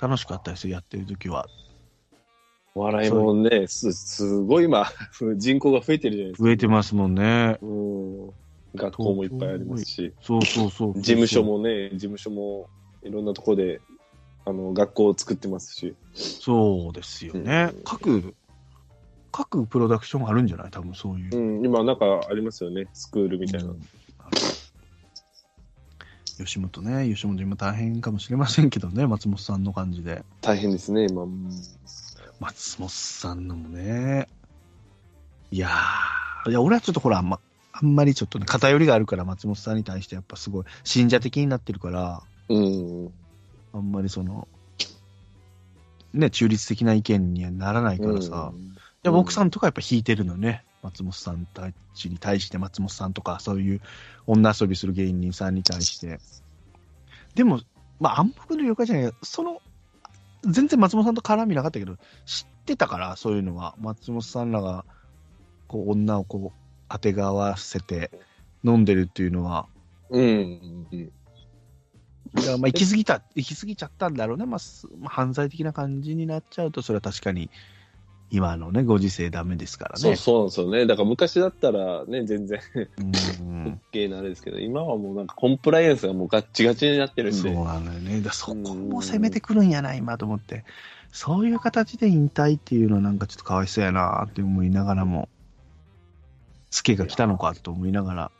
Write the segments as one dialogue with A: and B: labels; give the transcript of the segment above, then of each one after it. A: 楽しかったですよ、やってる時は。
B: お笑いもね、すすごい今、 人口が増えてるじゃないですか。
A: 増えてますもんね。
B: うん。学校もいっぱいありますし、
A: そうそうそう。
B: 事務所。もね、事務所もいろんなとこで、あの、学校を作ってますし。
A: そうですよね。各、各プロダクションあるんじゃない多分そういう
B: う。ん、今なんかありますよね、スクールみたいな。
A: うん吉本ね、吉本今大変かもしれませんけどね、松本さんの感じで。
B: 大変ですね、今。うん
A: 松本さんのもね、いやー、いや俺はちょっとほら、あんま、あんまりちょっとね、偏りがあるから、松本さんに対してやっぱすごい、信者的になってるから、
B: うん。
A: あんまりその、ね、中立的な意見にはならないからさ、
B: うん
A: いや僕さんとかやっぱ引いてるのね、松本さんたちに対して、松本さんとか、そういう女遊びする芸人さんに対して。でも、まあ、暗黙の了解じゃないけど、その、全然松本さんと絡みなかったけど、知ってたから、そういうのは。松本さんらが、こう、女をこう、当てがわせて飲んでるっていうのは、
B: うん。うん
A: いやまあ行き過ぎた、行き過ぎちゃったんだろうね、まあ、すまあ犯罪的な感じになっちゃうと、それは確かに、今のね、ご時世ダメですから
B: そう
A: ね。
B: そうなんですよね。だから昔だったらね、全然
A: うん
B: ゲイなあれですけど、今はもうなんかコンプライアンスがもうガッチガチになってるん
A: そう
B: で。
A: なのよね。だそこも攻めてくるんやな、今と思って。そういう形で引退っていうのはなんかちょっとかわいそうやなって思いながらも、ツケが来たのかと思いながら、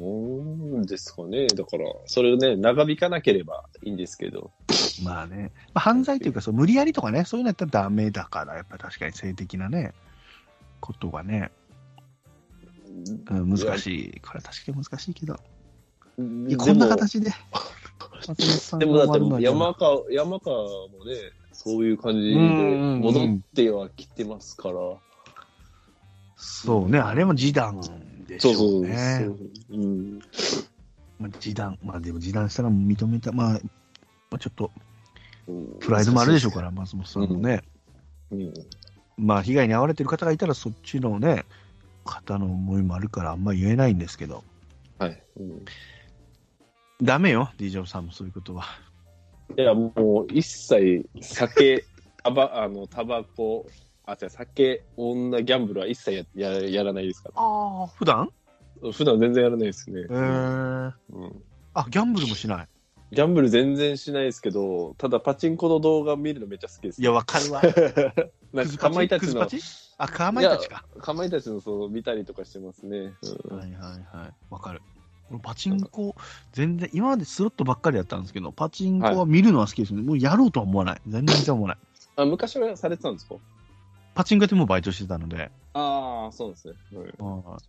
B: うんですかね。だから、それをね、長引かなければいいんですけど。
A: まあね、まあ、犯罪というかそう、無理やりとかね、そういうのやったらダメだから、やっぱ確かに性的なね、ことがね、うん難しい。これは確かに難しいけど、い
B: で
A: やこんな形で。松本さん
B: で
A: が
B: もだっ
A: 終わるのは
B: て
A: 嫌だ
B: 山川、山川もね、そういう感じで戻ってはきてますから。
A: そうね、あれも示談でし
B: そう
A: ょ
B: そうう
A: ね。
B: そう。うん。
A: まあ、示談、まあでも示談したら認めた、まあ、まあ、ちょっと
B: うん
A: プライドもあるでしょうから、松本さんもね、
B: うん。
A: まあ被害に遭われてる方がいたら、そっちのね、方の思いもあるから、あんま言えないんですけど、
B: はい。うん
A: ダメよ、D ・ジョブさんもそういうことは。
B: いや、もう一切酒、タバ、あの、タバコ、あ、違う、酒、女、ギャンブルは一切やややらないですか
A: ああ。普段
B: ら。普段全然やらないですね。
A: えー、
B: うん
A: あギャンブルもしない。
B: ギャンブル全然しないですけど、ただパチンコの動画見るのめっちゃ好きです。
A: いや、わかるわ。
B: なん
A: ク
B: か
A: ズ
B: か
A: パ
B: まい
A: チ
B: た
A: ク
B: ち
A: ズ
B: の
A: パ、チあ、かまいたちか。
B: かまいたちのそう見たりとかしてますね。うん
A: はいはいはい。わかる。俺パチンコ、全然、今までスロットばっかりやったんですけど、パチンコは見るのは好きですね。もうやろうとは思わない。全然思わない。
B: あ昔はされてたんですか
A: パチンコでもうバイトしてたので、
B: ああ、そうなんですね。
A: はい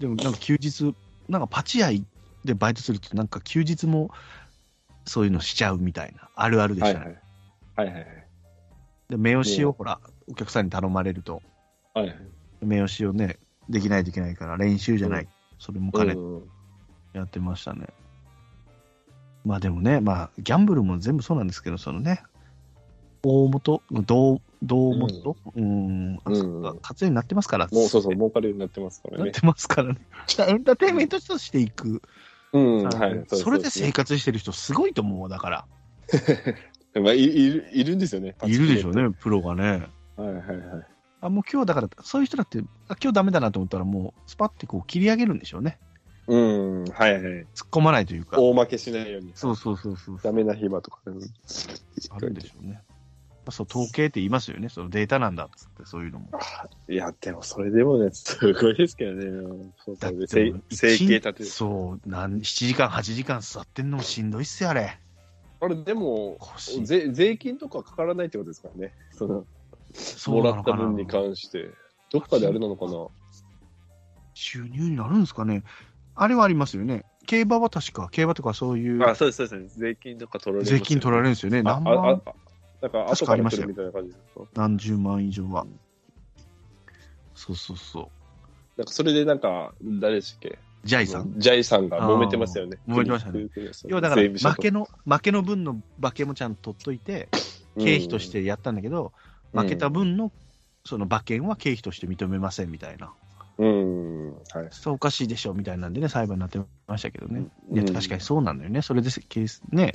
A: でもなんか休日、なんかパチ屋でバイトすると、なんか休日もそういうのしちゃうみたいな、あるあるでし
B: は
A: た
B: い
A: ね。
B: はい。はいはい
A: で、名刺
B: う
A: を
B: ん
A: ほら、お客さんに頼まれると、
B: はい。はい。
A: 名刺をね、できないといけないから、練習じゃない、
B: うん
A: それも兼ねて
B: うん
A: やってましたね。まあでもね、まあ、ギャンブルも全部そうなんですけど、そのね、大元、どう、どう元、うん、あそこが活用になってますから、
B: もうそうそう、儲かるようになってますから
A: なっ
B: ね。
A: てますからね。エンターテインメントとしていく。
B: うん、
A: あの
B: はい。うす
A: それで
B: うす
A: 生活してる人すごいと思うわだから。
B: まあ、いいるいるんですよね。
A: いるでしょう。ね、プロがね。
B: はいはいはい。
A: あ、もう今日だから、そういう人だって、あ今日ダメだなと思ったらもう、スパッてこう切り上げるんでしょうね。
B: うん、はいはい。
A: 突っ込まないというか。
B: 大負けしないように。
A: そうそうそうそう。
B: ダメな暇とか。うん
A: あるんでしょうね。まあそう、統計って言いますよね。そのデータなんだっつって、そういうのも。
B: いや、でもそれでもね、すごいですけどね。そう
A: だ
B: そ
A: っ
B: う
A: て
B: で、整整形立てる。
A: そう、なん、7時間、8時間座ってんのもしんどいっすよ、あれ。
B: あれ、でも、
A: 腰。
B: ぜ税金とかかからないってことですからね。その、
A: そ
B: も
A: う
B: ら
A: なの
B: った
A: かな
B: 分に関して。どっかであれなのかな。
A: 収入になるんですかね。あれはありますよね。競馬は確か、競馬とかそういう
B: あ、そうです、そうです。税金とか取られますよ
A: 税金取られるんですよね。
B: あ
A: 何
B: あ
A: 万、
B: あなんか、
A: 確
B: 後
A: かあ
B: か
A: りまし
B: ら来
A: たよ
B: るみたいな感じですか
A: 何十万以上は。そうそうそう。
B: なんか、それでなんか、誰でしたっけ
A: ジャイさん。
B: ジャイさんが揉めてましたよね。
A: あー揉めてましたね
B: 国。国そう
A: 要はだから、
B: 税務署と
A: 負けの、負けの分の馬券もちゃんと取っといて、経費としてやったんだけど、
B: うん
A: 負けた分の、その馬券は経費として認めませんみたいな。
B: うん、はい。
A: そうおかしいでしょみたいなんでね、裁判になってましたけどね。いや、
B: うん
A: 確かにそうなんだよね。それで、ケース、ね、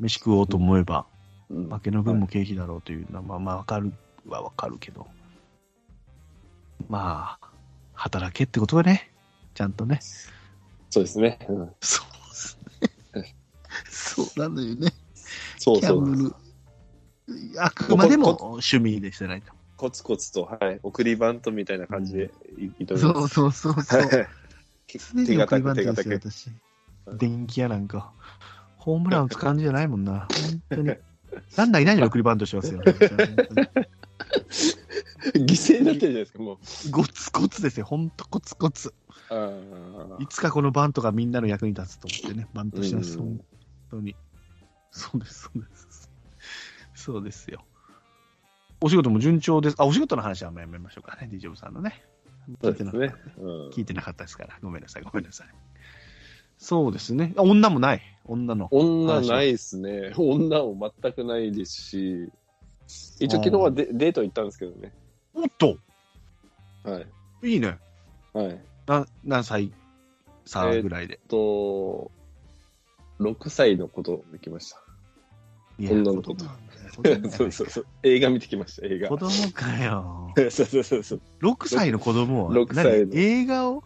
A: 飯食おうと思えば、
B: うん
A: 負けの分も経費だろうというのは、まあまあ、わかるはわかるけど、まあ、働けってことがね、ちゃんとね。
B: そうですね。うん
A: そうですね。そうなのよね。
B: そう
A: キャ
B: そ
A: ン
B: う。
A: ブル。あくまでも趣味でしてないと。
B: コツコツと、はい、送りバントみたいな感じでい、いと
A: そうそうそう
B: す。
A: そ
B: は
A: う。
B: い手
A: 常に送
B: 堅
A: りバン
B: く、手
A: トで
B: 堅
A: すよ、
B: く。
A: 私
B: う。ん
A: 電気屋なんか、ホームラン打つ感じじゃないもんな。本当 に。ランナーいないのに送りバントしますよ。本当に
B: 犠牲になってるじゃないですか、もう。
A: ゴツゴツですよ。ほんとコツコツ。
B: あー
A: いつかこのバントがみんなの役に立つと思ってね、バントしてます、
B: うん
A: 本当に。そうです、そうです。そうですよ。お仕事も順調です。あ、お仕事の話はあんまやめましょうかね、ディジョブさんのね。
B: そ
A: 聞
B: う
A: いて
B: で
A: なかっ
B: す
A: た、
B: ね。うん
A: 聞いてなかったですから。ごめんなさい、ごめんなさい。そうですね。あ女もない。女の。
B: 女ないですね。女も全くないですし、一応昨日はデデート行ったんですけどね。
A: おっと
B: はい。
A: いいね。
B: はい。
A: な何歳さ
B: えー
A: ぐらいで。
B: と、6歳のことできました。
A: いや
B: 女の子と
A: 子供だよ
B: そうそうそう。映画見てきました、映画
A: 子。供かよ。
B: そうそうそうそう。
A: 6歳の子供は
B: 6歳の
A: 何映画を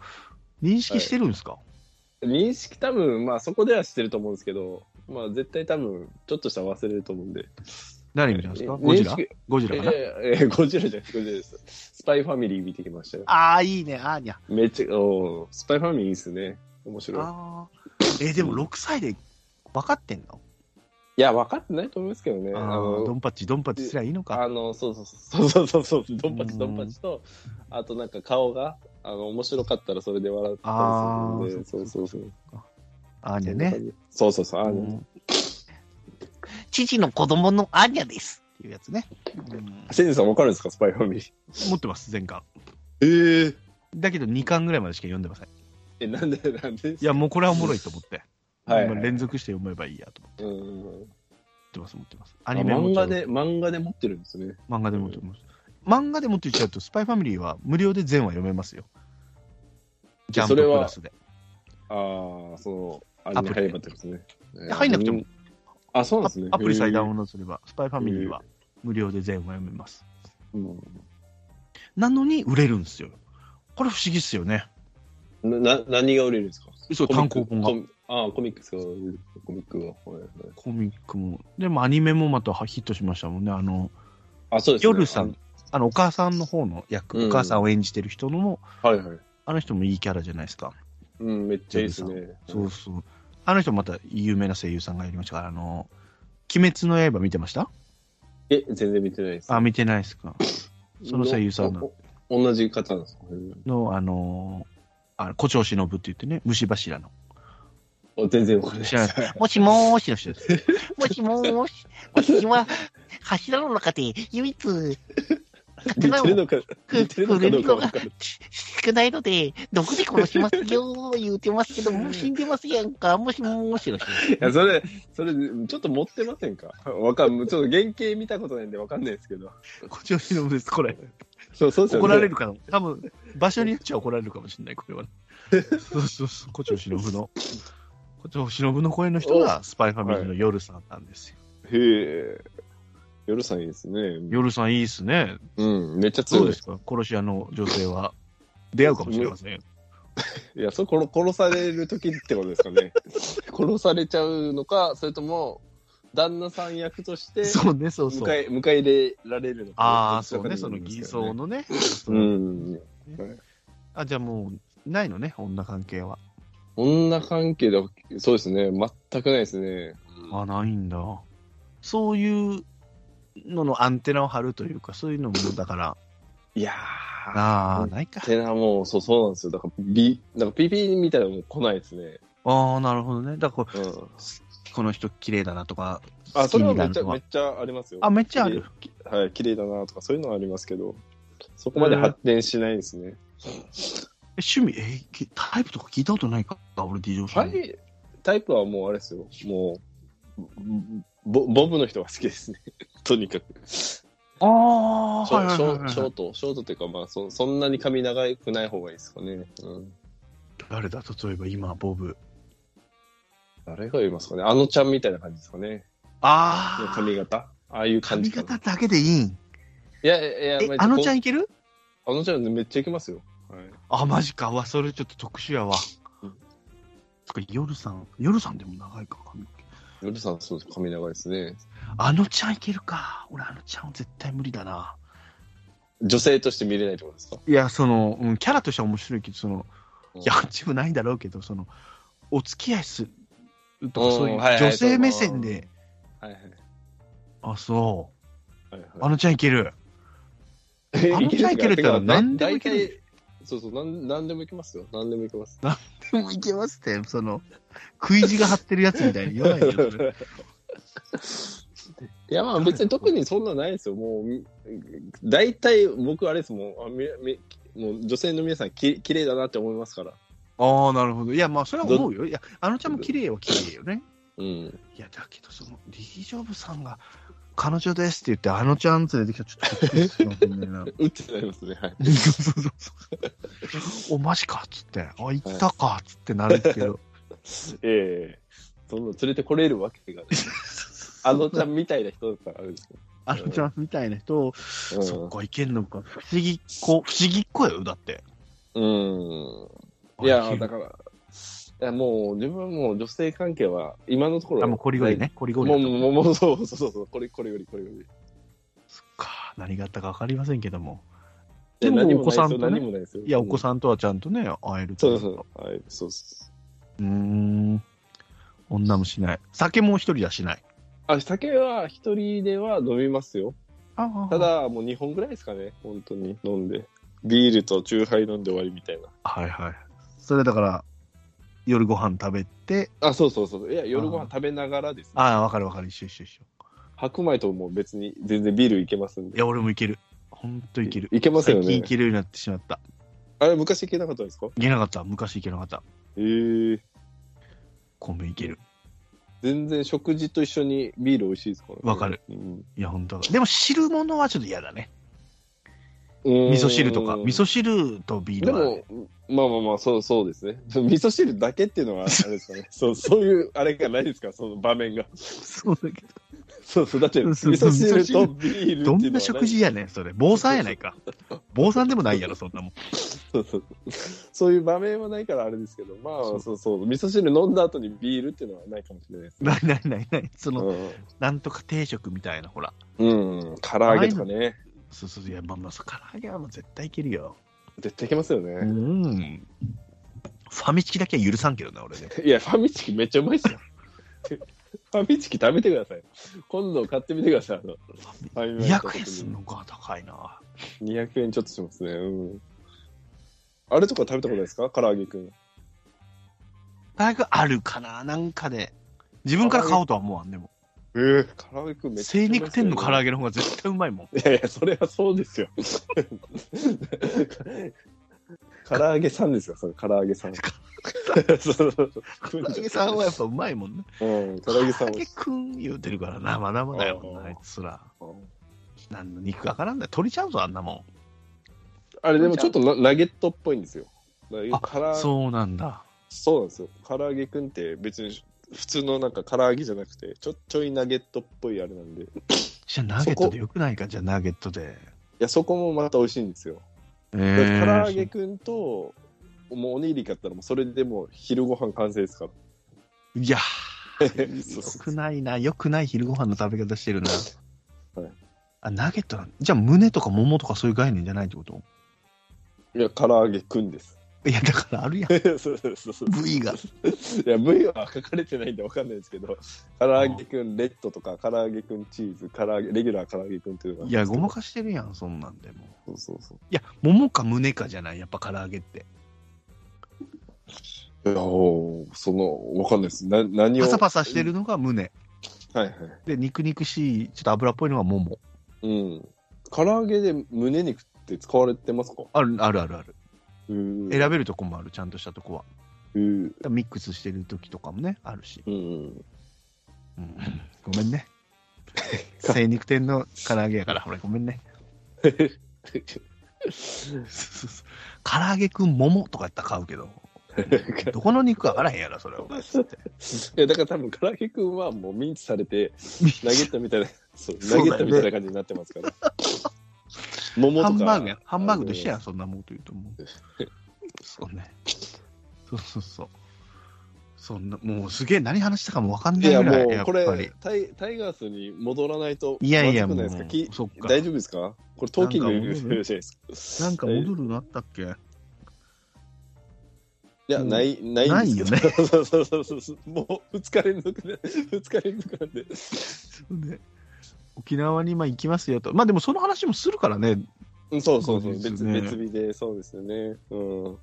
A: 認識してるんですか、
B: 認識多分、まあそこではしてると思うんですけど、まあ絶対多分、ちょっとしたら忘れると思うんで。
A: 何見たんですか
B: え
A: ゴジラ
B: 認識
A: ゴジラ
B: え
A: かな
B: ええゴジラじゃない、ゴジラです。スパイファミリー見てきましたよ。
A: ああ、いいね、あーにゃ。
B: めっちゃ、おースパイファミリーいいっすね。面白い。
A: あーえーでも6歳で分かってんの
B: いや、分かってないと思いますけどね。あ
A: あード
B: の、
A: ンパッチ、ドンパッチすりゃいいのか。
B: あのそうそうそうそうそうそうそう、ドンパ
A: う
B: チ
A: ん
B: ドンパチと、あとなんか顔が、あの、面白かったらそれで笑ったりするんで、そうそうそう。
A: あーにゃね
B: そん。な感じ。そうそうそう、あの、
A: うん父の子供のアーニャですっていうやつね。うん
B: シンジさん分かるんですか、スパイファミリー。
A: 持ってます、全巻。
B: ええ
A: だけど2巻ぐらいまでしか読んでません。
B: え、なんで、なんで
A: いや、もうこれはおもろいと思って。
B: はい
A: まあ連続して読めばいいやと思って。
B: うんうんうん。
A: 持ってます、持ってます。
B: あ
A: アニメも
B: 漫画。で、漫画で持ってるんですね。
A: 漫画でも持ってます。漫画で持っていっちゃうと、スパイファミリーは無料で全話読めますよ。ジャンプ
B: それ
A: プ
B: は
A: ラスで。
B: ああ、その、アニメ入ればってことですね。
A: 入んなくても
B: えー。あ、そうなんですね。
A: アアプリさえダウ
B: ン。
A: ンロードすれば、スパイファミリーは無料で全話読めます。
B: うん
A: なのに売れるんですよ。これ不思議っすよね。
B: な、な何が売れるんですか
A: そう単行本が
B: コミックコミああ、コミックスが売れる、コミックが。はいはい
A: コミックも。でもアニメもまたヒットしましたもんね。あの、
B: あ、そうです、ね。
A: 夜さん。あのお母さんの方の役、
B: うん
A: お母さんを演じてる人のも、
B: あ。はいはい。
A: あの人もいいキャラじゃないですか。
B: うん、めっちゃいいですね。
A: そうそう。あの人また有名な声優さんがやりましたから、あの、鬼滅の刃見てました
B: え、全然見てないです。
A: あ、見てないですか。その声優さんな
B: の
A: の。
B: おお同じ方なんですか、
A: の、あの、あ胡蝶忍って言ってね、虫柱の。
B: あ全 然わかんない
A: 知ら
B: で
A: ない
B: す。
A: もしもーしの人 です。もしもーし、私は柱の中で唯一、刀
B: 似てる
A: を
B: のか、
A: く
B: 似てるのか
A: 振
B: ど
A: る
B: うか
A: の
B: わ
A: が
B: かんない。
A: 少ないので、毒で殺しますよー言うてますけど、もう死んでますやんか、もしもーしの人 です。
B: いや、それ、それ、ちょっと持ってませんかわかん、ちょっと原型見たことないんでわかんないですけど。
A: こちらのです、これ。
B: そう、そうですよね。
A: 怒られるかな多分、場所によっちゃ怒られるかもしれない、これは。そうそうそう、胡蝶忍の。胡蝶忍の声の人が、スパイファミリーの夜さんなんですよ。
B: へえ。夜さんいいですね。
A: 夜さんいいっすね。
B: うん、めっちゃ
A: そう
B: 強い
A: で。すか、殺し屋の女性は。出会うかもしれませんよ。
B: いや、そう殺殺される時ってことですか ね。殺されちゃうのか、それとも、旦那さん役として迎
A: そうね、そうそう。
B: え迎え入れられるのか。
A: あ
B: ど
A: あ、
B: っちら
A: そう
B: か
A: ね、
B: に
A: その
B: なり
A: 偽
B: ますか
A: 装
B: らね。
A: のね。
B: うん。
A: あ、じゃあもう、ないのね、女関係は。
B: 女関係だ、そうですね、全くないですね。
A: あ、ないんだ。そういうののアンテナを張るというか、そういうのも、だから、
B: いやー。
A: ああ、ないか。
B: てな、もう、そう、そうなんですよ。だから、ビ、なんか、ピピみたいなのも来ないですね。
A: ああ、なるほどね。だからこ
B: うん。
A: う、この人綺麗だなとか、
B: あ、それはめっ
A: 好き
B: ちゃ、
A: にな
B: めっ
A: る
B: ちゃありますよ。
A: あ、めっちゃある。
B: はい、綺麗だなとか、そういうのはありますけど、そこまで発展しないですね。
A: え趣味、えきタイプとか聞いたことないか、俺、ディジョンさ
B: は
A: ん。
B: い、タイプはもうあれですよ。もう、ボボブの人が好きですね。 とにかく。シ
A: ああ、
B: ョ
A: はいはい
B: シ
A: はい
B: ョ
A: はい
B: ショート、ショートっていうか、まあそ、そんなに髪長くない方がいいですかね。うん。
A: 誰だ、例えば今、ボブ。
B: 誰がいますかね。あのちゃんみたいな感じですかね。の
A: ああ。
B: 髪型ああいう感
A: 髪
B: じか
A: 型
B: な。
A: だけでいいん。
B: いやいやい
A: え
B: や、ま、
A: あのちゃん
B: こ
A: いける
B: あのちゃんめっちゃいきますよ。はい
A: あ、マジか。うわ、それちょっと特殊やわ。
B: うん
A: つか、夜さん、夜さんでも長いか、髪の毛。
B: ヨルさん、そうです。髪長いですね。
A: あのちゃんいけるか。俺、あのちゃんは絶対無理だな。
B: 女性として見れないってことですか
A: いや、その、うん、キャラとしては面白いけど、その、
B: うん
A: いや、自分ないんだろうけど、その、お付き合いすると
B: う
A: か、
B: ん
A: そういう
B: はいはい
A: 女性目線で、
B: はいはい。
A: あ、そ
B: はいは
A: う、あのちゃんいける。あのちゃんいけるって言ったら何でもいける
B: る。そうそう、なん何でもいけますよ。何でもいけます。
A: でもいけますって、その、食い地が張ってるやつみたいに言わないでよ。そ れ
B: いや、まあ別に特にそんなないですよ。もうみ、大体僕あれですもん。あみみもう女性の皆さんき綺麗だなって思いますから。
A: ああ、なるほど。いや、まあ、それは思うよ。いや、あのちゃんも綺麗は綺麗よね。
B: うん。
A: いや、だけど、その、リージョブさんが、彼女ですって言って、あのちゃん連れてきたら、ちょっとびっくりするかもしれ ないな。
B: うってなりますね。はい。
A: そうそうそう。お、マジかっつって、あ、行ったかっつってなるけど。
B: ええそんな連れてこれるわけがない。 あのちゃんみたいな人だったらあれです
A: あのちゃんみたいな人を、
B: よ。
A: そっか、いけんのか。不思議っ子、不思議っ子よ、だって。
B: うん。 いや、
A: か
B: だから、いやもう、自分はもう女性関係は、今のところ、
A: あ、もうコリゴリね。コリゴ
B: もう。
A: リだ
B: も
A: と。
B: う、もう、もう、そうそうそうそう、これ、これより、これより。
A: そっか、何があったかわかりませんけども。
B: い
A: で
B: や
A: も
B: 何も
A: お子さんとね
B: ないですよ何もないですよ。
A: いや、お子
B: ん。
A: さんとはちゃんとね、会える
B: そ
A: と
B: うそう、はい、そうそう。
A: うーん。女もしない。酒も一人はしない。
B: あ、酒は一人では飲みますよ。
A: あ
B: た、だ、もう2本ぐらいですかね、本当に飲んで。ビールとチューハイ飲んで終わりみたいな。
A: はいはい。それだから、夜ご飯食べて、
B: あ、そうそうそう。いや、夜ご飯食べながらです、ね。
A: ああ、わかるわかる、一緒一緒一緒。
B: 白米ともう別に全然ビールいけますん
A: い
B: で。
A: や、俺もいける。ほんといける。
B: いけますよ
A: 最近
B: ね
A: い。けるようになってしまった。
B: あれ、昔いけなかったですか
A: いけなかった。昔いけなかった。
B: ええ
A: 米いける。
B: 全然食事と一緒にビール美味しいですからね
A: わかる。
B: うん
A: いや、ほんと。でも、汁物はちょっと嫌だね。味噌汁とか。味噌汁とビー
B: で
A: ルは、
B: も、まあまあまあ、そうそうですね。味噌汁だけっていうのは、あれですか ね。そう、そういう、あれがないですか、その場面が。
A: そうだけ
B: そうそう、だって、
A: そう
B: 味
A: そう
B: 噌汁とビール
A: ど。ど
B: っていう
A: な
B: んのは
A: 食事やねん、それ。坊さんやない か。坊さんでもないやろ、そんなもん。
B: そうそうそういう場面はないからあれですけど、まあ
A: そ
B: そううそう味噌汁飲んだ後にビールっていうのはないかもしれないですね。
A: ないないないない。その、
B: う
A: なんとか定食みたいな、ほら。
B: ん、うん、唐揚げとかね。
A: そうそうそう、いや、まあまあ、そう唐揚げはもう絶対いけるよ。
B: 絶対いけますよ
A: う
B: ね。
A: ん。ファミチキだけは許さんけどな、俺ね。
B: いや、ファミチキめっちゃうまいっすよ。 ファミチキ食べてください。今度買ってみてください。あのファミマ行った
A: 200
B: 時
A: 円
B: に
A: すんのか、高いな。
B: 200円ちょっとしますね。うん。あれとか食べたことないですか唐揚げくん。
A: 大学あるかな、なんかで。自分から買おうとは思わん、でも。
B: えー、唐揚げくんめっちゃ
A: 精
B: うまい
A: 肉
B: っすよ
A: 店の
B: ね
A: 唐揚げの方が絶対うまいもん。
B: いやいや、それはそうですよ。 唐揚げさんですよ、それ、唐揚げ さん。そうそうそう
A: 唐揚げさんはやっぱうまいもんね。
B: うん、唐揚げさん
A: 唐揚げくん言うてるからな、まだまだよな、
B: あー
A: あいつら。
B: は。
A: 何の肉かからんだよ。取りちゃうぞ、あんなも
B: あれ、でもちょっとなナゲットっぽいんですよ。
A: あ
B: 唐揚
A: ん。そうなんだ。
B: そうなんですよ。唐揚げくんって別に普通のなんか唐揚げじゃなくて、ちょちょいナゲットっぽいあれなんで。い
A: じゃあ、ナゲットでよくないか、じゃあ、ナゲットで。
B: や、そこもまた美味しいんですよ。
A: え
B: だから
A: ー
B: 唐揚げくんと、もうおにぎり買ったらもうそれでもう昼ご飯完成ですから。
A: いやー、
B: そう
A: よ
B: そう
A: くないな、よくない昼ご飯の食べ方してるな。
B: はい
A: あ、ナゲットなんじゃあ、胸とか桃とかそういう概念じゃないってこと
B: いや、唐揚げく んです。
A: いや、だからあるやん、
B: そうそうそうそう。
A: 部位が。
B: いや、V は書かれてないんでわかんないですけど、唐揚げくんレッドとか、唐揚げくんチーズ、唐揚げ、レギュラー唐揚げくんっていうのが。
A: いや、ごまかしてるやん、そんなんでも。
B: そうそうそう。
A: いや、桃か胸かじゃない、やっぱ唐揚げって。
B: いや、おーその、わかんないです。な、何を。
A: パサパサしてるのが胸。
B: はいはい。
A: で、肉肉しい、ちょっと油っぽいのが桃。
B: うん。唐揚げで胸肉って使われてますか
A: あるあるあるある。
B: 選
A: 選べるとこもある、ちゃんとしたとこは。
B: うん。
A: だからミックスしてる時とかもね、あるし。
B: うん。
A: うん、ごめんね。精肉店の唐揚げやから、ほら、ごめんね。唐揚げくん桃とかやったら買うけど、どこの肉か分からへんやろ、それ、お前。つって
B: いやだから多分、唐木くんはもうミンチされて、投げたみたいな、そう、
A: そ
B: 投
A: う
B: げ
A: だ
B: た
A: よね
B: みたいな感じになってますから。桃と
A: ハ
B: か。
A: ンバーグや、ハンバーグと一緒や
B: あ
A: ん、そんなもんと言うともう。そうね。そうそうそう。そんな、もうすげえ何話したかも分かん
B: の。
A: ないい
B: や、
A: ぐらい。
B: も
A: やっぱ
B: う、こ
A: り
B: れタイ、タイガースに戻らないと、
A: いやいや、
B: ま
A: も
B: ずくな
A: う
B: ですかき、
A: そっか。
B: 大丈夫ですかこれ、トーキング
A: なんか戻る
B: じゃないですか。
A: なんか戻るのあったっけ
B: いや、ない、ないんですけど。 そうそうそうそうそう。もう、二日連続で、二日連続なんで。
A: で沖縄にまあ行きますよと。まあでもその話もするからね。
B: うんそうそうそう。
A: そうで
B: 別、
A: すね
B: 別日で、そうですよね。うん。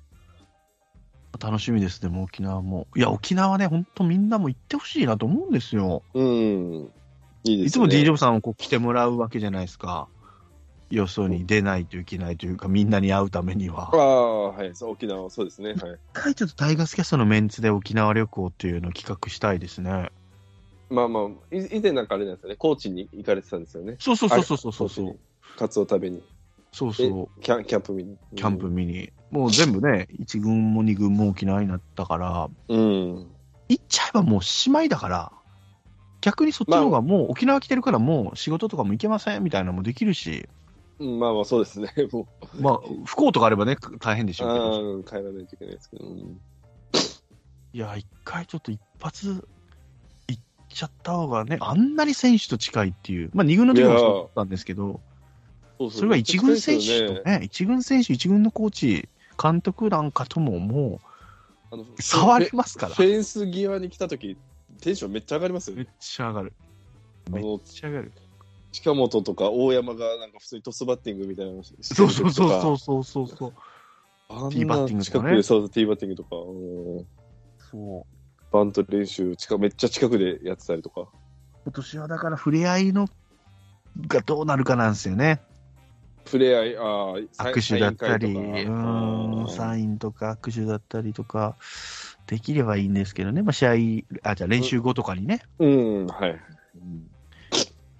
A: 楽しみですね、もう沖縄も。いや、沖縄ね、ほんとみんなも行ってほしいなと思うんですよ。
B: うん。いい
A: い
B: です
A: つ
B: よ
A: も
B: ね。
A: D ジョブさんをこう来てもらうわけじゃないですか。よそに出ないといけないというか、みんなに会うためには。
B: ああ、はい、そう沖縄、そうですね。はい。
A: 一回ちょっとタイガースキャストのメンツで沖縄旅行っていうのを企画したいですね。
B: まあまあ、い以前なんかあれなんですよね、高知に行かれてたんですよね、
A: そうそうそうそうそうそうそ
B: あ
A: う。
B: カツオ食べに、
A: そうそ
B: キャンキャンプ見に。
A: う。キャンプ見に。もう全部ね、1軍も2軍も沖縄になったから、
B: うん。
A: 行っちゃえばもうしまいだから、逆にそっちの方がもう沖縄来てるからもう仕事とかも行けませんみたいなのもできるし、
B: うん。まあまあ、そうですね、 もう、
A: まあ不幸とかあればね、大変でしょうけど。
B: ああ、帰らないといけないですけど、うん
A: いや、一回ちょっと一発行っちゃった方がね、あんなに選手と近いっていう、まあ2軍の時もそうだったんですけど、
B: そう
A: それが一軍選手とね、
B: ね、
A: 一軍選手、一軍のコーチ、監督なんかともも
B: あの
A: う触りますから
B: フ、ェンス際に来た時テンションめっちゃ上がりますよ
A: めっ
B: ね。
A: ちゃ上がる。
B: あ
A: めっ
B: の
A: ちゃ上がる。
B: 近本とか大山がなんか普通にトスバッティングみたいなのをしてる時と
A: そう
B: か
A: そうそうそうそうそうそう。
B: あんな
A: ティーバッティングとかね
B: 近くでそうそうティーバッティングとか、うん
A: そう
B: バント練習近めっちゃ近くでやってたりとか。
A: 今年はだから、触れ合いのがどうなるかなんですよね。
B: 触れ合い、ああ、サイ
A: 握手だったり、
B: サ
A: う
B: イン会とか
A: ーん、サインとか握手だったりとか、できればいいんですけどね、まあ、試合、あ、じゃあ練習後とかにね、
B: うん、はい。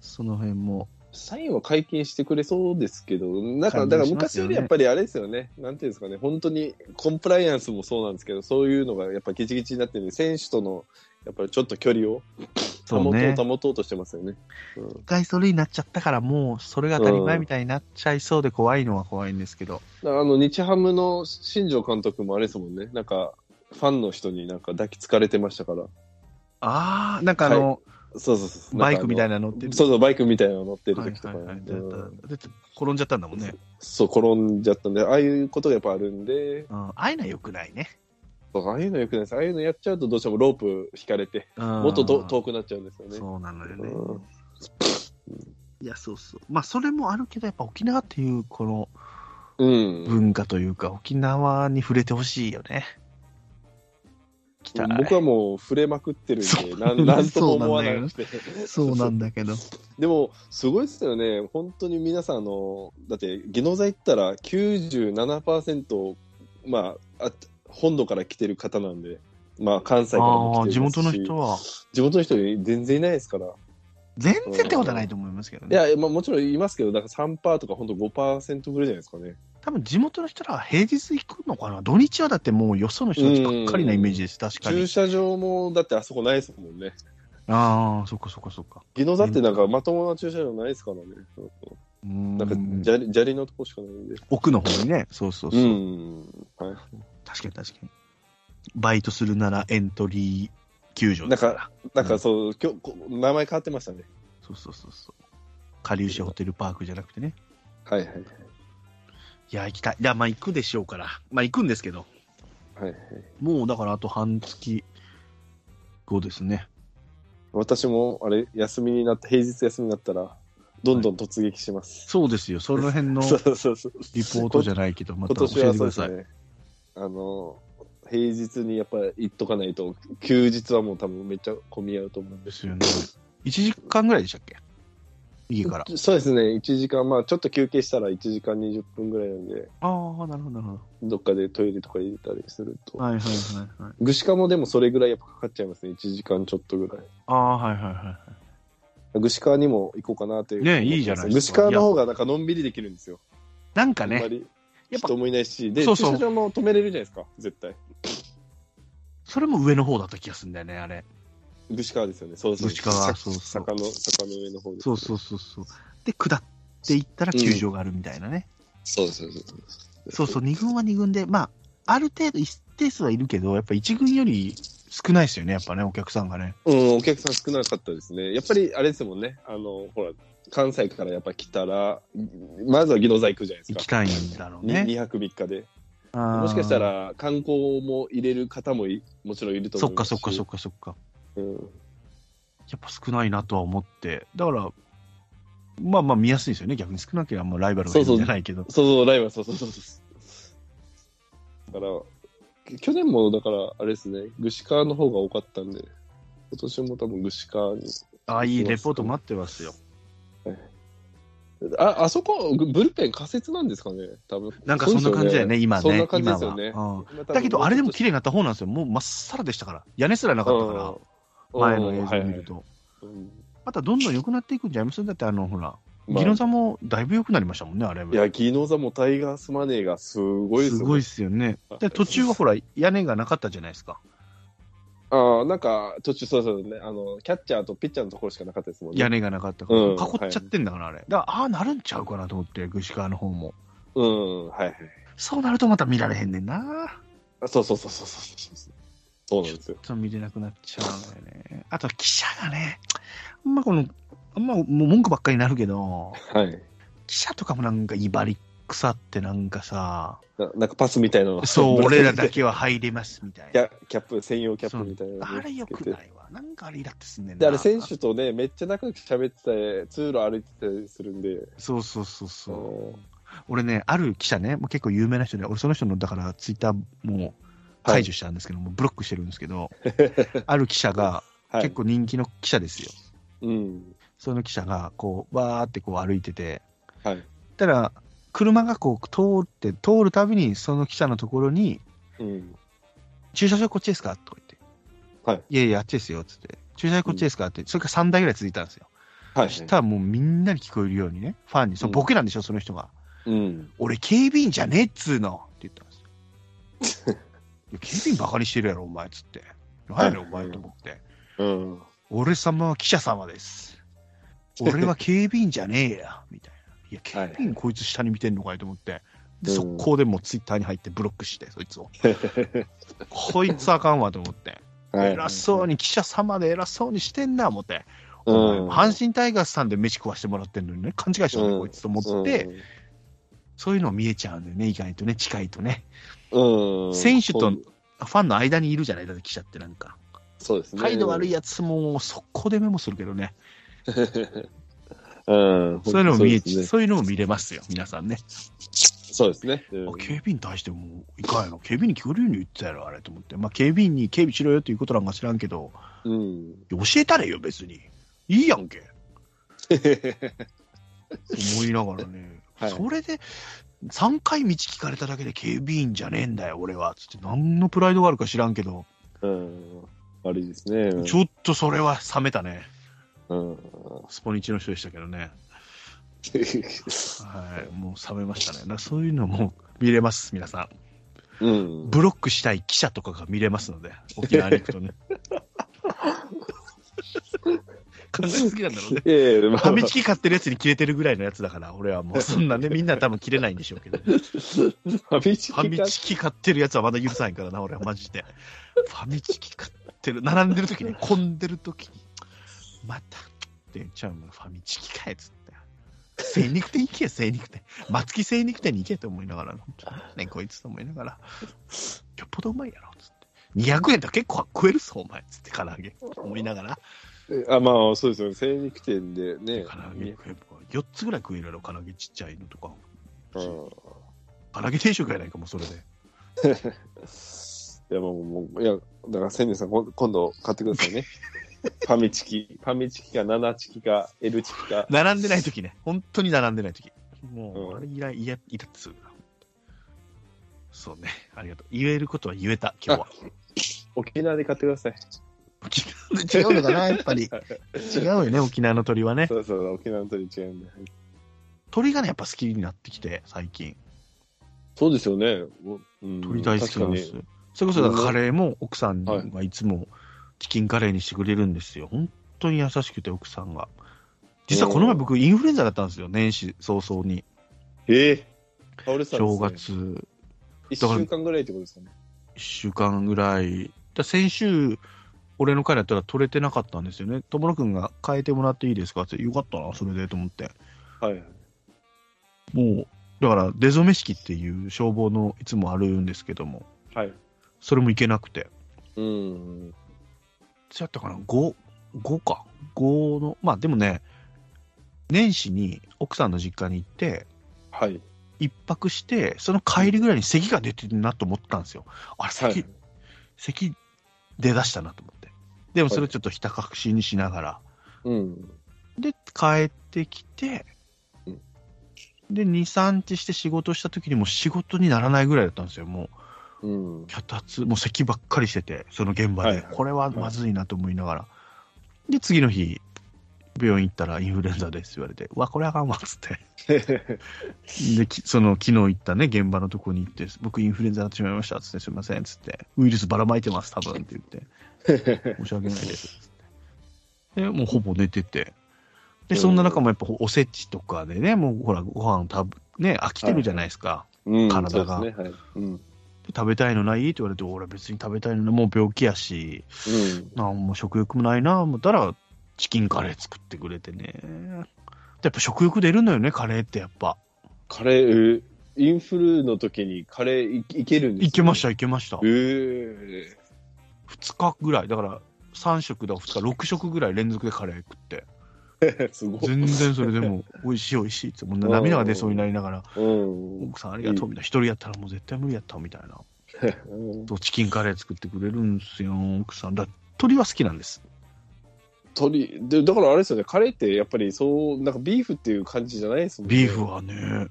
A: その辺も。
B: サインは解禁してくれそうですけど、なんか、
A: 感
B: だ
A: じ
B: か
A: し
B: ら
A: ます
B: 昔
A: よ
B: よ
A: ね
B: りやっぱりあれですよね、なんていうんですかね、本当にコンプライアンスもそうなんですけど、そういうのがやっぱギチギチになってるんで、選手との、やっぱりちょっと距離を
A: そ
B: 保
A: う
B: とう、
A: ね。
B: 保とうとしてますよね。うん
A: 一回それになっちゃったから、もうそれが当たり前みたいになっちゃいそうで怖いのは怖いんですけど。
B: だからあの、日ハムの新庄監督もあれですもんね、なんか、ファンの人になんか抱きつかれてましたから。
A: ああ、なんかあの、
B: そうそうそう。
A: バイクみたい
B: な
A: なの乗って
B: んかあ
A: る
B: の。そうそう、バイクみたいなの乗ってる
A: はい
B: 時と
A: は
B: か。
A: いはい。で
B: うん
A: で転んじゃったんだもんね。
B: そう、転んじゃったんで、ああいうことがやっぱあるんで、
A: うん、会えないよくないね。
B: そうああいうのよくないです。ああいうのやっちゃうとどうしてもロープ引かれて、も
A: も
B: っとど遠くなっちゃうんですよね。
A: そうなのよね
B: うん。
A: いや、そうそう。まあ、それもあるけど、やっぱ沖縄っていう、この
B: うん。
A: 文化というか、沖縄に触れてほしいよね。来たい
B: 僕はもう触れまくってる
A: そ
B: んで、なんなんとも思わなくて。
A: そうなんだけど。
B: でも、すごいですよね。本当に皆さん、あの、だって、技能剤行ったら97%、まあ、あ本土から来てる方なんで、まあ、関西から
A: あ
B: も
A: あー、
B: 来て
A: 地
B: るますし
A: 元の人は、
B: 地元の人全然いないですから。
A: 全然ってことはないと思いますけど
B: い
A: ね。
B: や、まあ、もちろんいますけど、だから3%とか本当5%ぐらいじゃないですかね。
A: 多分地元の人らは平日行くのかな土日はだってもうよその人たちばっかりなイメージです、確か
B: 駐
A: に。
B: 車場もだってあそこないですもんね。
A: ああ、そっかそっかそっか。
B: 技能座ってなんかまともな駐車場ないですからね。
A: うーん
B: なんか砂利砂利のとこしかないんで。
A: 奥の方にね、そうそうそう。
B: ん。はい。
A: 確かに確かに。バイトするならエントリー球場
B: な
A: で
B: ん
A: すから
B: か。、なんかそう、今日こ、名前変わってましたね。
A: そうそうそうそう。下流市ホテルパークじゃなくてね。
B: はいはい。
A: いや、行きたい。いや、まあ行くでしょうから。まあ行くんですけど。
B: はいはい。
A: もうだからあと半月後ですね。
B: 私も、あれ、休みになって、平日休みになったら、どんどん突撃します。
A: そうですよ。その辺の
B: そうそうそう。
A: リポートじゃないけど、また
B: 今
A: 教
B: 年
A: え
B: は
A: てく
B: そう
A: だ
B: で
A: さ
B: す
A: い。
B: ね。あの、平日にやっぱり行っとかないと、休日はもう多分めっちゃ混み合うと思うん
A: で
B: です
A: よね。1時間ぐらいでしたっけ家から。あ
B: そうですね、1時間、まあちょっと休憩したら1時間20分ぐらいなんで、
A: あー、なるほど、なるほ
B: どっかでトイレとか入れたりする
A: ど。
B: と。
A: はいはいはいはい。
B: ぐしかもでもそれぐらいやっぱかかっちゃいますね、1時間ちょっとぐらい。
A: ああ、はいはいは
B: ぐしかにも行こうかなという。
A: ねいいじゃないで
B: ぐ
A: す
B: し
A: か
B: かの方がなんかのんびりできるんですよ。
A: い。なんか
B: あんま
A: ね、
B: り
A: やっぱ
B: 人もいないし、で、
A: そう
B: 駐
A: そう
B: 車場も止めれるじゃないですか、絶対。
A: それも上の方だった気がするんだよね、あれ。
B: ブシカワですよね。そうそう。
A: ブシカワ
B: さ
A: そうそう
B: 坂の、坂の上の方です、。
A: そうそううそうそう。で、下っていったら球場があるみたいなね。
B: そうそうそう。
A: そうそう、2軍は2軍で、まあ、ある程度一定数はいるけど、やっぱ1軍より少ないですよね、やっぱね、お客さんがね。
B: うん、お客さん少なかったですね。やっぱりあれですもんね、あの、ほら、関西からやっぱ来たら、まずは技能剤行くじゃないで
A: 行
B: す
A: き
B: か。
A: たいんだろう
B: ね、
A: ね。
B: 2泊3日で。
A: も
B: もしかした、ら観光も入れる方もいもちろんいると
A: そ
B: 思
A: っ
B: い
A: か
B: ます
A: そっかそっ
B: か。
A: かそっか。
B: うん、
A: やっぱ少ないなとは思って、だから、まあまあ見やすいですよね、逆に少なければまあライバルがいるんじゃないけど。
B: そうそう、ライブそうそうそうそう。だから、去年もだから、あれですね、具志川の方が多かったんで、今年も多分具志川に。
A: ああ、いいレポート待ってますよ。
B: あ、あそこ、ブルペン仮設なんですかね、多分。
A: なんかそんな感じだよね、今
B: そうで
A: ね。
B: すよそんな感じですよね
A: 今。はうん
B: 今多分
A: だけど、あれでも綺麗になった方なんですよ。もうまっさらでしたから。屋根すらなかったから、
B: うん
A: 前の映像を見ると。
B: うんはいはいうん
A: またどんどん良くなっていくんじゃいますだって、あの、ほら、
B: まあ
A: ギノさんもだいぶ良くなりましたもんね、あれ
B: いや、技能座もタイガースマネーがすごいですすよね
A: ごいですよね。で、途中はほら、屋根がなかったじゃないですか。
B: ああ、なんか、途中、そうそうね、あの、キャッチャーとピッチャーのところしかなかったですもんね。
A: 屋根がなかったから。
B: うん
A: 囲っちゃってんだから、あれ。だから、ああ、なるんちゃうかなと思って、具志川の方も。
B: うん、はいはい。
A: そうなるとまた見られへんねんな。
B: あそうそうそうそうそうそう。そうなんですよ。
A: ちょっと見れなくなっちゃうんだよね。あと記者がね、あんまこの、あんまもう文句ばっかりになるけど、
B: はい。
A: 記者とかもなんか威張り腐ってなんかさ、
B: ななんかパスみたいなの
A: そう、俺らだ
B: け。
A: けは入れますみたい
B: キ
A: な。
B: ャキャップ、専用キャップみたいなの
A: あ
B: ね
A: れよ
B: つけ
A: く
B: て
A: ないわ。なんかあれイラってすんねんな。
B: で、あれ、選手とね、めっちゃ仲良く喋ってた通路歩いてたりするんで、
A: そうそうそうそう。
B: うん
A: 俺ね、ある記者ね、もう結構有名な人で、俺その人の、だからツイッターも解除したんですけど、もうブロックしてるんですけ ど、ある記者が、
B: はい、
A: 結構人気の記者ですよ。
B: うん。
A: その記者が、こう、わーってこう歩いてて、
B: はい。
A: たら、車がこう通って、通るたびに、その記者のところに、
B: うん。
A: 駐車場こっちですかとか言って、
B: はい。
A: いやいや、あっちですよ、つって、駐車場こっちですかって、それから3台ぐらい続いたんですよ。
B: はい。
A: そしたらもうみんなに聞こえるようにね、ファンに、そのボケなんでしょ、その人が。
B: うん。
A: 俺、警備員じゃねえっつーのって言ったんですよ。 いや警備員バカにしてるやろ、お前、つって。何やねん、お前、と思って。
B: うん。
A: 俺様は記者様です。俺は警備員じゃねえや、みたいな。いや、警備員こいつ下に見てんのかいと思って、で、
B: う
A: 速
B: ん
A: 攻でもうツイッターに入ってブロックして、そい つを。こいつあかんわと思って。
B: はい
A: 偉そう に、記者様で偉そうにしてんな、思って。
B: うん
A: お前阪神タイガースさんで飯食わしてもらってんのにね、勘違いしたの
B: うん
A: こいつと思って、
B: うん
A: そういうの見えちゃうんだよね、意外とね、近いとね。
B: うん、
A: 選手と
B: そう
A: ファンの間にいるじゃない、だって記者ってなんか。
B: そうですね。
A: 態度悪い
B: や。
A: やつも速攻でメモするけどね。
B: うん、
A: そういうのも見え
B: そうですね。
A: そういうのも見れますよ、皆さんね。
B: そうですね。うん
A: あ警備員に対してもいかんやろ、警備員に聞こえるように言ってたやろ、あれと思って、まあ、警備員に警備しろよっていうことなんか知らんけど、
B: うん。
A: 教えたれよ、別に、いいやんけ、思いながらね、
B: はい
A: それで3回道聞かれただけで、警備員じゃねえんだよ、俺は、つって、何のプライドがあるか知らんけど、
B: うん。悪いですね。
A: ちょっとそれは冷めたね、
B: うん。
A: スポニチの人でしたけどね、はい、もう冷めましたね、だからそういうのも見れます、皆さん。
B: うん。
A: ブロックしたい記者とかが見れますので、沖縄に行くとね。 考えすぎなんだろうね。
B: ええ、ま
A: ファミチキ買ってるやつに切れてるぐらいのやつだから、俺はもう、そんなね、みんな多分切れないんでしょうけど、フ
B: あ、ファミチ
A: ァ
B: キ
A: ミ
B: か。
A: チキ買ってるやつはまだ許さないからな、俺はマジで。ファミチキ買ってる、並んでる時に、混んでる時に、またって言っちゃうの、ファミチキかやつって。精肉店行けよ、精肉店。松木精肉店に行けと思いながら、本当にね、こいつと思いながら、よっぽどうまいやろ、つって。200円だ結構食えるぞ、お前、つって、唐揚げ。思いながら、
B: あ、まあ、そうですよね。精肉店でね。
A: 唐揚げ食えば、4つぐらい食えるやろ、唐揚げちっちゃいのとか。
B: うん。
A: 唐揚げ定食やないかも、それで。
B: いや、もう、もう、いや、だから、千年さん、こん今度買ってくださ いね。ファミチキ。ファミチキか、ナナチキか、エルチキか。
A: 並んでない時ね、本当に並んでない時もう、
B: うん
A: あれいら、いや、いたってするな。そうね、ありがとう。言えることは言え た、今日は。
B: 沖縄で買ってください。
A: 沖縄で違うのかな、やっぱ り。違うよね、沖縄の鳥はね。
B: そうそう、沖縄の鳥違うんで。
A: 鳥がね、やっぱ好きになってきて、最近。
B: そうですよね。おうん
A: 鳥大好きなんです。。それこそだからカレーも奥さんがいつもチキンカレーにしてくれるんですよ。本当に優しくて奥さんが。実はこの前僕インフルエンザだったんですよ。年始早々に。
B: ええ倒れてたんで
A: 正
B: す、ね、
A: 月
B: 1週間ぐらいってことですかね
A: 1週間ぐらい。だ先週、俺の彼だったら取れてなかったんですよね。友野くんが変えてもらっていいですかってよかったな、それでと思って。
B: はいはい
A: もう、だから出初め式っていう消防のいつもあるんですけども、
B: はい
A: それも行けなくて。
B: うん
A: そうやったかな、5、5か。5の、まあでもね、年始に奥さんの実家に行って、
B: はい
A: 一泊して、その帰りぐらいに咳が出てるなと思ったんですよ。あれ、
B: は
A: 咳、
B: い
A: 咳出だしたなと思って。でもそれをちょっとひた隠しにしながら。
B: うん
A: で、帰ってきて
B: うん、
A: で、2、3日して仕事した時にもう仕事にならないぐらいだったんですよ。も
B: うん
A: う、脚立、もう咳ばっかりしてて、その現場で。
B: はいはい
A: これはまずいなと思いながら。で、次の日、病院行ったらインフルエンザですって言われて、うわ、これあかんわ、つ って。で、きその昨日行ったね、現場のとこに行って、僕インフルエンザになってしまいました、つって、すいません、つって、ウイルスばらまいてます、多分って言って、申し訳ないです、 つって。で、もうほぼ寝てて。で、そんな中もやっぱおせちとかでね、もうほら、ご飯食べ、ね、飽きてるじゃないですか。
B: うん
A: 体が
B: そうですねはいうん
A: で食べたいのないって言われて、俺別に食べたいのない、もう病気やし、なんも食欲もないな、思ったら、チキンカレー作ってくれてね。でやっぱ食欲出るのよね、カレーってやっぱ。
B: カレー、えーインフルの時にカレーいいけるんです
A: いけました、
B: え
A: いけました。
B: え
A: 2日ぐらいだから3食だ2日6食ぐらい連続でカレー食って
B: ー、 すごい。
A: 全然それでも美味しい美味しいってもう
B: うん
A: 涙が出そうになりながら
B: うん。
A: 奥さんありがとうみたいな一人やったらもう絶対無理やったみたいなとチキンカレー作ってくれるんですよ奥さんだ鳥は好きなんです
B: 鳥で、だからあれですよね、カレーってやっぱりそう、なんかビーフっていう感じじゃないですもんね。
A: ビーフはね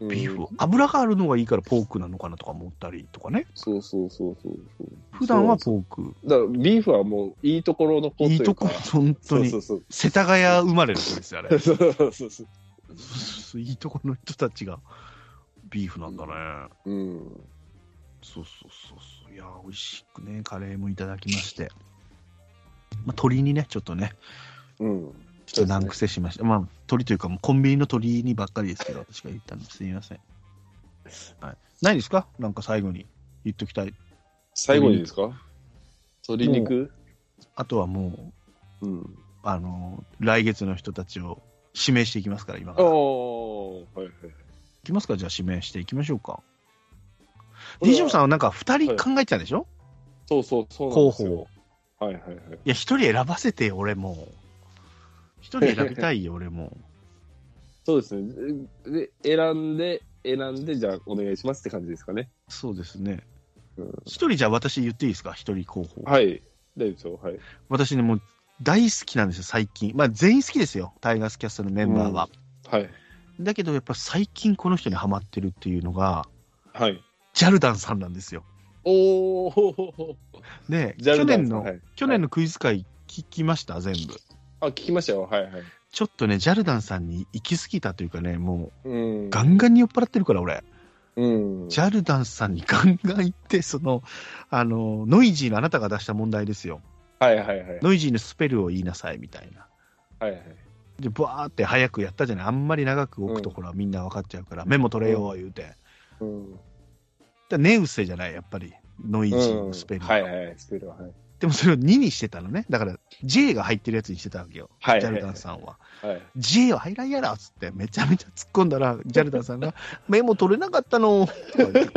B: うん
A: ビーフは油があるのがいいからポークなのかなとか思ったりとかね
B: そうそうそうそうそう。
A: 普段はポーク
B: だからビーフはもういいところの子と
A: いい
B: い
A: う
B: か。
A: とこ本当に
B: そうそう
A: 世田谷生まれの人ですよあれ
B: そう。そうそうそう。
A: いいとこの人たちがビーフなんだね、
B: うん。
A: そうそうそうそう。いやー、美味しくね、カレーもいただきまして。まあ、鶏にね、ちょっとね、
B: うん。
A: ちょっと難癖しました。まあ、鶏というか、もうコンビニの鶏にばっかりですけど、私が言ったんですみません。はい、ないですかなんか最後に言っときたい。
B: 最後にですか鶏肉
A: あとはも
B: うん。
A: う、あのー来月の人たちを指名していきますから、今か
B: ああ、
A: ら。い
B: はいはい。
A: きますかじゃあ指名していきましょうか。
B: 俺は
A: DJ さんはなんか2人考えてたんでしょ、
B: そうそう、そうなん
A: 候
B: です
A: 補
B: よ。
A: を。
B: はいはいはい。
A: いや、一人選ばせてよ、俺も。一人選びたいよ、俺も。
B: そうですね。で、選んで、選んで、じゃあお願いしますって感じですかね。
A: そうですね
B: うん。
A: 一、人じゃあ私言っていいですか一人候補。
B: はい。大丈夫ですよ。はい。
A: 私ね、もう大好きなんですよ、最近。まあ全員好きですよ、タイガースキャストのメンバーは。
B: はい。
A: だけどやっぱ最近この人にハマってるっていうのが、
B: はい。
A: ジャルダンさんなんですよ。
B: おお。
A: で、
B: ジャ
A: 去
B: ルダン
A: 年の、
B: はい
A: 去年のクイズ会聞きました、全部。
B: あ、聞きましたよ。はいはい。
A: ちょっとね、ジャルダンさんに行き過ぎたというかね、も
B: うん
A: う。ガンガンに酔っ払ってるから、俺。
B: うん。
A: ジャルダンさんにガンガン行って、その、あの、ノイジーのあなたが出した問題ですよ。
B: はいはいはい。
A: ノイジーのスペルを言いなさい、みたいな。
B: はいはい。
A: で、バーって早くやったじゃない。あんまり長く置くと、ほら、みんな分かっちゃうから、メモ取れよ、言うて。
B: うん。
A: でネウセじゃない、やっぱり。ノイジー
B: う
A: の
B: ん
A: スペル。
B: はいはい。スペルは。はい。
A: でもそれを2にしてたのね。だから、J が入ってるやつにしてたわけよ。
B: はい
A: ジャ
B: はい
A: ル
B: は
A: ダ
B: い
A: ンさんは。
B: はい。
A: J は入らんやろっつって、めちゃめちゃ突っ込んだら、ジャルダンさんが、 メモ取れなかったの とか言って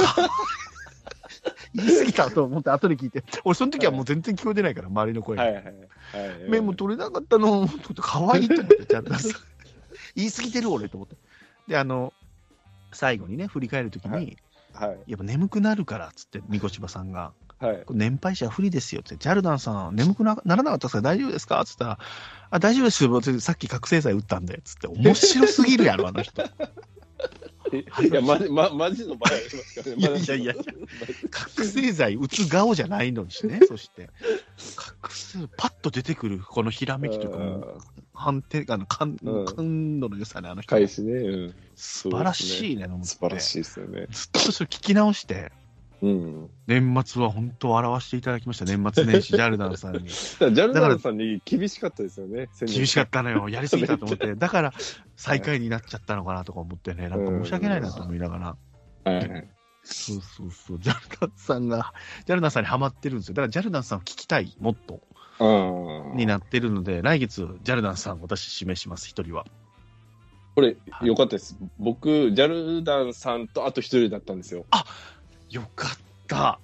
A: 言い過ぎたと思って、後で聞いて、俺、その時はもう全然聞こえてないから、周りの声が、
B: はいはいはい。
A: メモ取れなかったの と思って、かわいいと思って、ジャルダンさん、言い過ぎてる俺と思って。で、あの、最後にね、振り返る時に、
B: はいはい
A: やっぱ眠くなるからっつって、三越柴さんが、
B: い。はい。
A: これ年配者不利ですよって、ジャルダンさん、眠くなならなかったですか大丈夫ですかって言ったら、あ、大丈夫ですよ、ってさっき覚醒剤打ったんで、つって、 面白すぎるやろ、あの 人。
B: いや、まじ、ま、マジの場合ありますからね。
A: いやいやいやいや覚醒剤打つ顔じゃないのにね、 そして、覚醒、パッと出てくる、このひらめきというか、もう
B: うん
A: 反転、あの、感
B: うん
A: 感度の良さね、あの人。
B: 返しね。うん。
A: 素晴らしいね、と思って
B: 素晴らしいですよね。
A: ずっとそれ聞き直して、
B: うん。
A: 年末は本当表していただきました。年末年始ジャルダンさんに。
B: だからジャルダンさんに厳しかったですよね、
A: 厳しか
B: っ
A: ったの よ。やりすぎたと思って。だから、最下位になっちゃったのかなとか思ってね。なんか申し訳ないなと思いながら。
B: た。はい。
A: そうそうそう。ジャルダンさんが、ジャルダンさんにハマってるんですよ。だから、ジャルダンさんを聞きたい、もっと、
B: あ
A: になってるので、来月、ジャルダンさん、私、指名します、一人は。
B: これ、よかったです。僕、ジャルダンさんとあと一人だったんですよ。
A: よかった。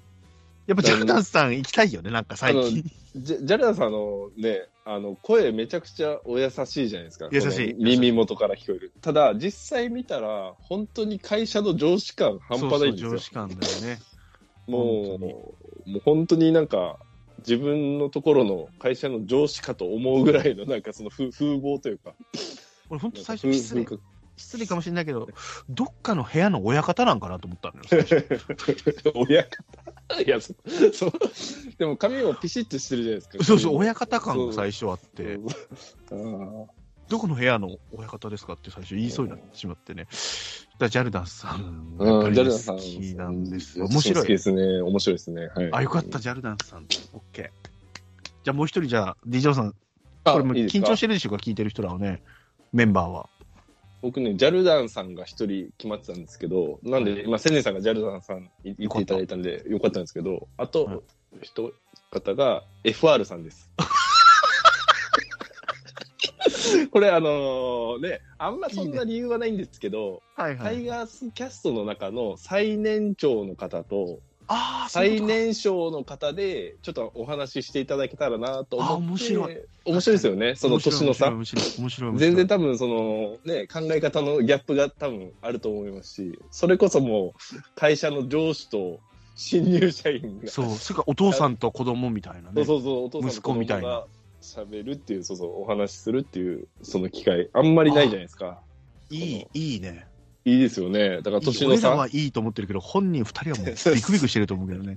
A: やっぱ、ジャルダンさん行きたいよね、なんか最近。
B: ジャジャルダンさんあのね、あの声めちゃくちゃお優しいじゃないですか。
A: 優しい
B: この耳元から聞こえる。ただ、実際見たら、本当に会社の上司感半端ないんですよ。
A: そうそう上司感だよね。
B: も
A: 本
B: う、もう本当になんか、自分のところの会社の上司かと思うぐらいの、なんかその風風貌というか。
A: 俺、本当最初、
B: なんか
A: 失礼
B: 風、
A: 失礼かもしれないけど、どっかの部屋の親方なんかなと思ったのよ最 初。
B: 風親方いや、そそう。でも髪もピシッとしてるじゃないですか。
A: そうそう、親方感が最初あって、
B: うんあ
A: どこの部屋の親方ですかって最初言いそうになってしまってね。だからジャルダンさん、
B: ー
A: やっ
B: う
A: ぱ
B: ん
A: り
B: ジャルダンさん。
A: 好きなんですよ。
B: うん
A: 面
B: 好
A: 白
B: きで
A: い。
B: すね。面白いですね。はい。
A: あ、よかった、ジャルダンさん。オッケー。じゃあもう一人、じゃあ、DJ さん、
B: あ。
A: これもう
B: いいです
A: 緊
B: か
A: 張してるでしょうか、聞いてる人らはね、メンバーは。
B: 僕ね、ジャルダンさんが一人決まってたんですけど、なんで、今、千年さんがジャルダンさんい言っていただいたんで、よかったんですけど、あと、一方が FR さん です。これ、あのね、あんまそんな理由はないんですけど、
A: はい
B: タイ。ガースキャストの中の最年長の方と、
A: ああ、
B: 最
A: そういうこ
B: 年少の方で、ちょっとお話ししていただけたらなと思って。
A: あ面白い。
B: 面白いですよね、そ
A: と
B: の
A: 面白い
B: 年の差。
A: 面白い、面白い。面白い
B: 全然、多分そのね考え方のギャップが多分あると思いますしそれこそもう会社の上司と新入社員がそ
A: そう、それからお父さんと子供みたいな
B: う
A: ね。
B: そうそうお父さん
A: 息子みたいな
B: しゃべるっていうそうそうお話しするっていうその機会あんまりないじゃないですか
A: いい、いいね。
B: いいですよねだから
A: いい
B: 年の
A: 俺ら
B: 差
A: はいいと思ってるけど、本人二人はもうビクビクしてると思うけど ね。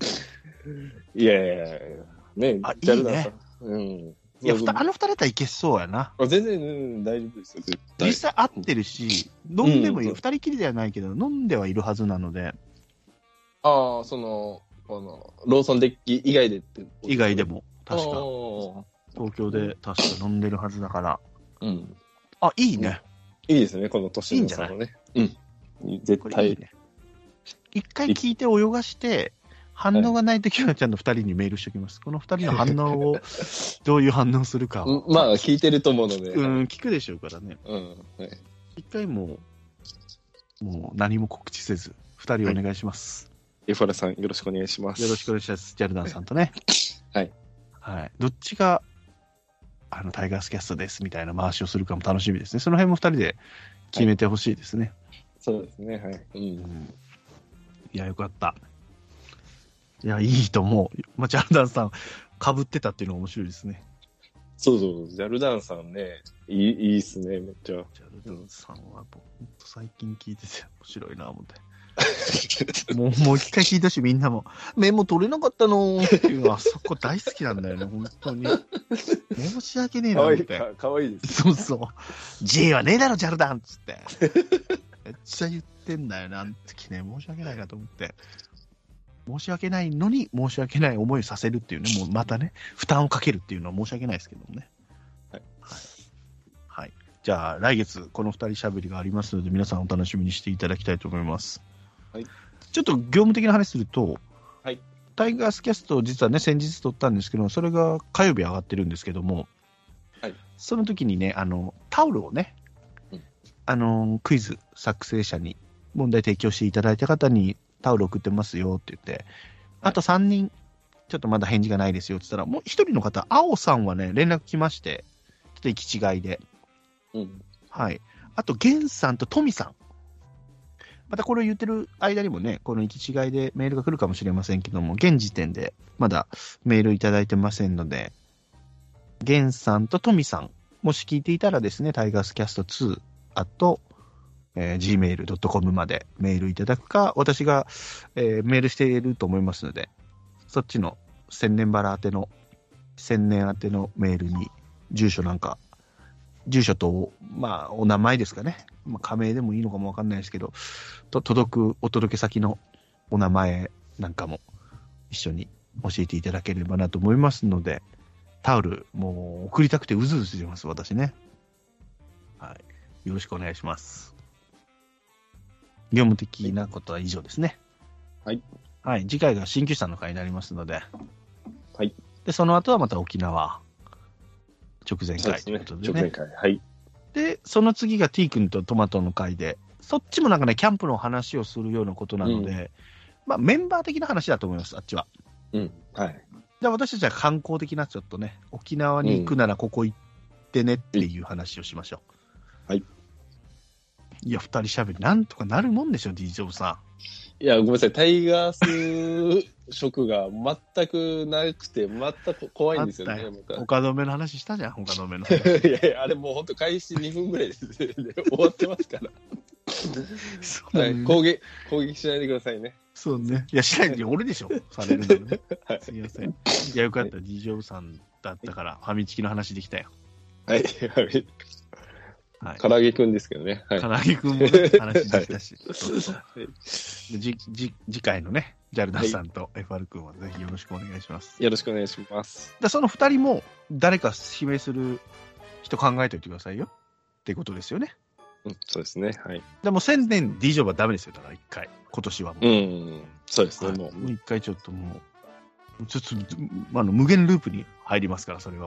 B: いやいやいやいやね
A: あ
B: ジャルダンさんうん
A: いや、
B: そう
A: ふ
B: そう
A: たあの二人だったらいけそうやな。
B: あ全然、うん、大丈夫ですよ絶対
A: 実際会ってるし、飲んでもいる。
B: うん
A: 二、人きりではないけど、飲んではいるはずなので、
B: ああそのあのローソンデッキ以外でって
A: 以外でも、確
B: あ
A: か。
B: ー
A: 東京で確か飲んでるはずだから。
B: うん
A: あ、いいね。
B: いいですね、この年の差もね。うん。
A: こ
B: 絶
A: れいい
B: 対。
A: ね。一回聞いて泳がして、反応がないときはちゃんと二人にメールしておきます。この二人の反応 を、どういう反応するか
B: うん
A: を。
B: まあ、聞いてると思うので。
A: う
B: うん。
A: ん、聞くでしょうからね。
B: はい
A: 一回もう、もう何も告知せず、二人お願いします。
B: エファラさん、よろしくお願いします。
A: よろしくお願いします、ジャルダンさんとね。
B: はい。
A: はい。どっちが、あの、タイガースキャストですみたいな回しをするかも楽しみですね。その辺も2人で決めてほしいですね。
B: そうですね、はい。うん
A: う。ん。いや、よかった。いや、いいと思う。まあ、ジャルダンさん、かぶってたっていうのが面白いですね。
B: そうそう、ジャルダンさんね、いい、いいっすね、めっち
A: ジ
B: ゃ。
A: ャルダンさんは、ほんと最近聞いてて面白いな、思って。も う、もう一回聞いたし、みんなも、メモ取れなかったのーっていうのは、あそこ大好きなんだよね、本当 に。申し訳ねえ
B: か
A: な、
B: わ
A: 思っ
B: いい、
A: て。
B: かかわいいです。
A: そうそう。J はねえだろ、ジャルダンっつって。めっちゃ言ってんだよな、あの時ね。申し訳ないなと思って。申し訳ないのに、申し訳ない思いをさせるって いうね、もうまたね、負担をかけるっていうのは申し訳ないですけどもね。
B: はい。
A: はい。はい、じゃあ、来月、この2人しゃべりがありますので、皆さんお楽しみにしていただきたいと思います。
B: はい。
A: ちょっと業務的な話すると、
B: はい。
A: タイガースキャスト、実はね、先日撮ったんですけど、それが火曜日上がってるんですけども、その時にね、あの、タオルをね、
B: うん
A: あの、クイズ作成者に、問題提供していただいた方に、タオル送ってますよって言って、あと3人、ちょっとまだ返事がないですよって言ったら、もう1人の方、青さんはね、連絡来まして、ちょっと行き違いで、
B: うん。
A: はい。あと、源さんと富さん。またこれを言ってる間にもね、この行き違いでメールが来るかもしれませんけども、現時点でまだメールいただいてませんので、源さんと富さん、もし聞いていたらですね、タイガースキャスト2、あと、えー gmail.com までメールいただくか、私が、えーメールしていると思いますので、そっちの千年バラ宛ての、千年宛てのメールに住所なんか住所と、まあ、お名前ですかね。まあ、仮名でもいいのかもわかんないですけど、と届く、お届け先のお名前なんかも一緒に教えていただければなと思いますので、タオル、もう送りたくてうずうずしてます、私ね。はい。よろしくお願いします。業務的なことは以上ですね。
B: はい。
A: はい。次回が新旧さんの会になりますので。
B: はい。
A: で、その後はまた沖縄直前
B: そう
A: 会
B: です
A: というこ
B: ね
A: とで
B: 直
A: ね
B: 前。会はい
A: で、その次が T 君とトマトの会で、そっちもなんかね、キャンプの話をするようなことなので、
B: う
A: まあメンバー的な話だと思います、あっちは。
B: うんはい
A: じゃあ私たちは観光的なちょっとね、沖縄に行くならここ行ってねっていう話をしましょう。
B: うんはい。
A: いや、二人喋り、なんとかなるもんでしょ、D ジョブさ
B: いやごめんなさいタイガース色が全くなくて全く怖いんですよね
A: あっ
B: ま
A: ん。
B: た
A: 岡留の話したじゃん、岡留の話。
B: いやいや、あれもう本当開始2分ぐらいです、で終わってますから。
A: そう
B: は
A: ね
B: い、攻撃、攻撃しないでくださいね。
A: そうね。いや、しないで俺でしょ、されるのね。
B: はい
A: すいません。いや、よかった、D ジョブさんだったから、ファミチキの話できたよ。
B: はい、はい。
A: はい。
B: 唐揚げくんですけどね。はい。
A: 唐
B: は
A: 揚げくんもね話できたし、そうそう
B: い
A: でじじ次回のね、ジャルダスさんと FR くんはぜひよろしくお願いします。
B: よろしくお願いします。
A: でその2人も誰か指名する人考えておいてくださいよってことですよね。
B: うん、そうですね。はい。
A: でも1000年 D ジョブはダメですよ、だから1回、今年はもう。
B: うん、そうですね。
A: はいも
B: も
A: う
B: う、
A: 1回ちょっともう、ちょっとあの無限ループに入りますから、それは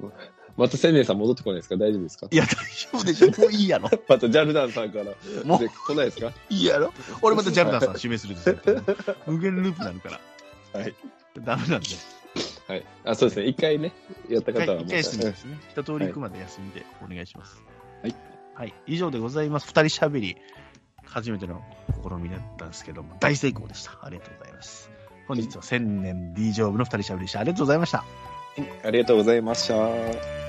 A: もう。
B: また千年さん戻ってこないですか大丈夫ですか
A: いや、大丈夫でしょ、もういいやろ。
B: またジャルダンさんから、
A: もう
B: で来ないですか
A: いいやろ。俺またジャルダスさん指名するんですよ。無限ループになるから。
B: はい。
A: ダメなんで。
B: はい。あ、そうですね。一回ね、やった
A: はい、
B: 方はもう。
A: 一回休み
B: うん
A: ですね。一通り行くまで休みでお願いします。
B: はい。
A: はい、以上でございます。二人しゃべり、初めての試みだったんですけども、大成功でした。ありがとうございます。本日は千年 D ジョブの二人しゃべりでした。ありがとうございました。
B: ありがとうございました。